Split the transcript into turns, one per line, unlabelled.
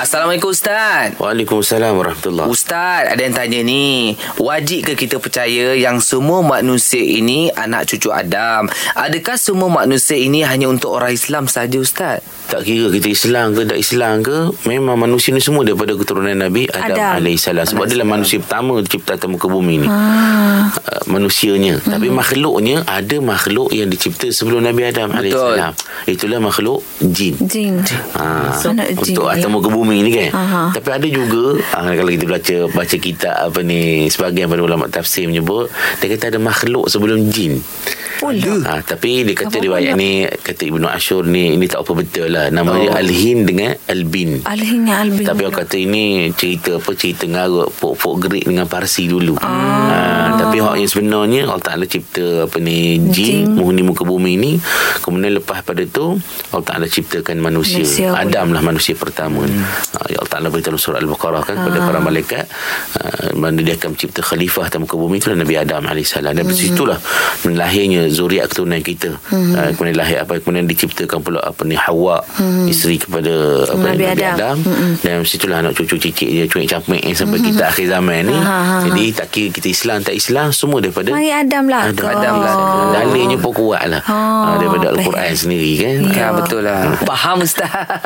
Assalamualaikum Ustaz
Waalaikumsalam warahmatullahi
Ustaz ada yang tanya ni Wajib ke kita percaya yang semua manusia ini anak cucu Adam Adakah semua manusia ini hanya untuk orang Islam saja Ustaz?
Tak kira kita Islam ke tak Islam ke Memang manusia ni semua daripada keturunan Nabi Adam,
Adam.
AS Sebab dia lah manusia pertama Ciptakan muka bumi ni uh, Manusianya Tapi makhluknya Ada makhluk yang dicipta sebelum Nabi Adam
Betul.
AS Itulah makhluk jin
Jin.
Ha,
So, anak jin,
untuk atas
ya.
muka bumi ni kan
Aha.
Tapi ada juga ha, Kalau kita baca Baca kitab apa ni Sebagian pada ulama tafsir menyebut Dia kata ada makhluk sebelum jin
Pula.
ha, Tapi dia kata
Oh, ya. Apa
riwayat
pula?
ni Kata Ibnu Ashur ni Ini tak apa betul lah Nama dia
Oh.
Al-Hin dengan Al-Bin
Alhinya albin.
tapi orang kata ini cerita apa cerita ngarut pok-pok Greek dengan Parsi dulu. Ah. tapi hak yang sebenarnya Allah Taala cipta apa ni jin penghuni muka bumi ni kemudian lepas pada tu Allah Taala ciptakan manusia.
Manusia pula.
Adam lah manusia pertama. Hmm. Ya Allah Taala beritahu dalam surah Al-Baqarah kan kepada para malaikat ah, mana dia akan mencipta khalifah atas muka bumi itulah Nabi Adam AS dan dari situlah lahirnya zuriat keturunan kita. Ah, kemudian lahir apa kemudian diciptakan pula apa ni Hawa isteri kepada apa
Nabi
Hmm. Nabi, Nabi
Adam.
Adam, dan situlah anak cucu cicit dia cuik capek eh, sampai kita akhir zaman ni
Ha, ha, ha.
jadi tak kira kita Islam tak Islam semua daripada
Mari Adam lah.
Adam,
kau.
Adam lah dalilnya pun kuat lah
Ha,
ha, daripada Al-Quran
faham.
sendiri kan
Ya.
Ya, betul lah Faham Ustaz?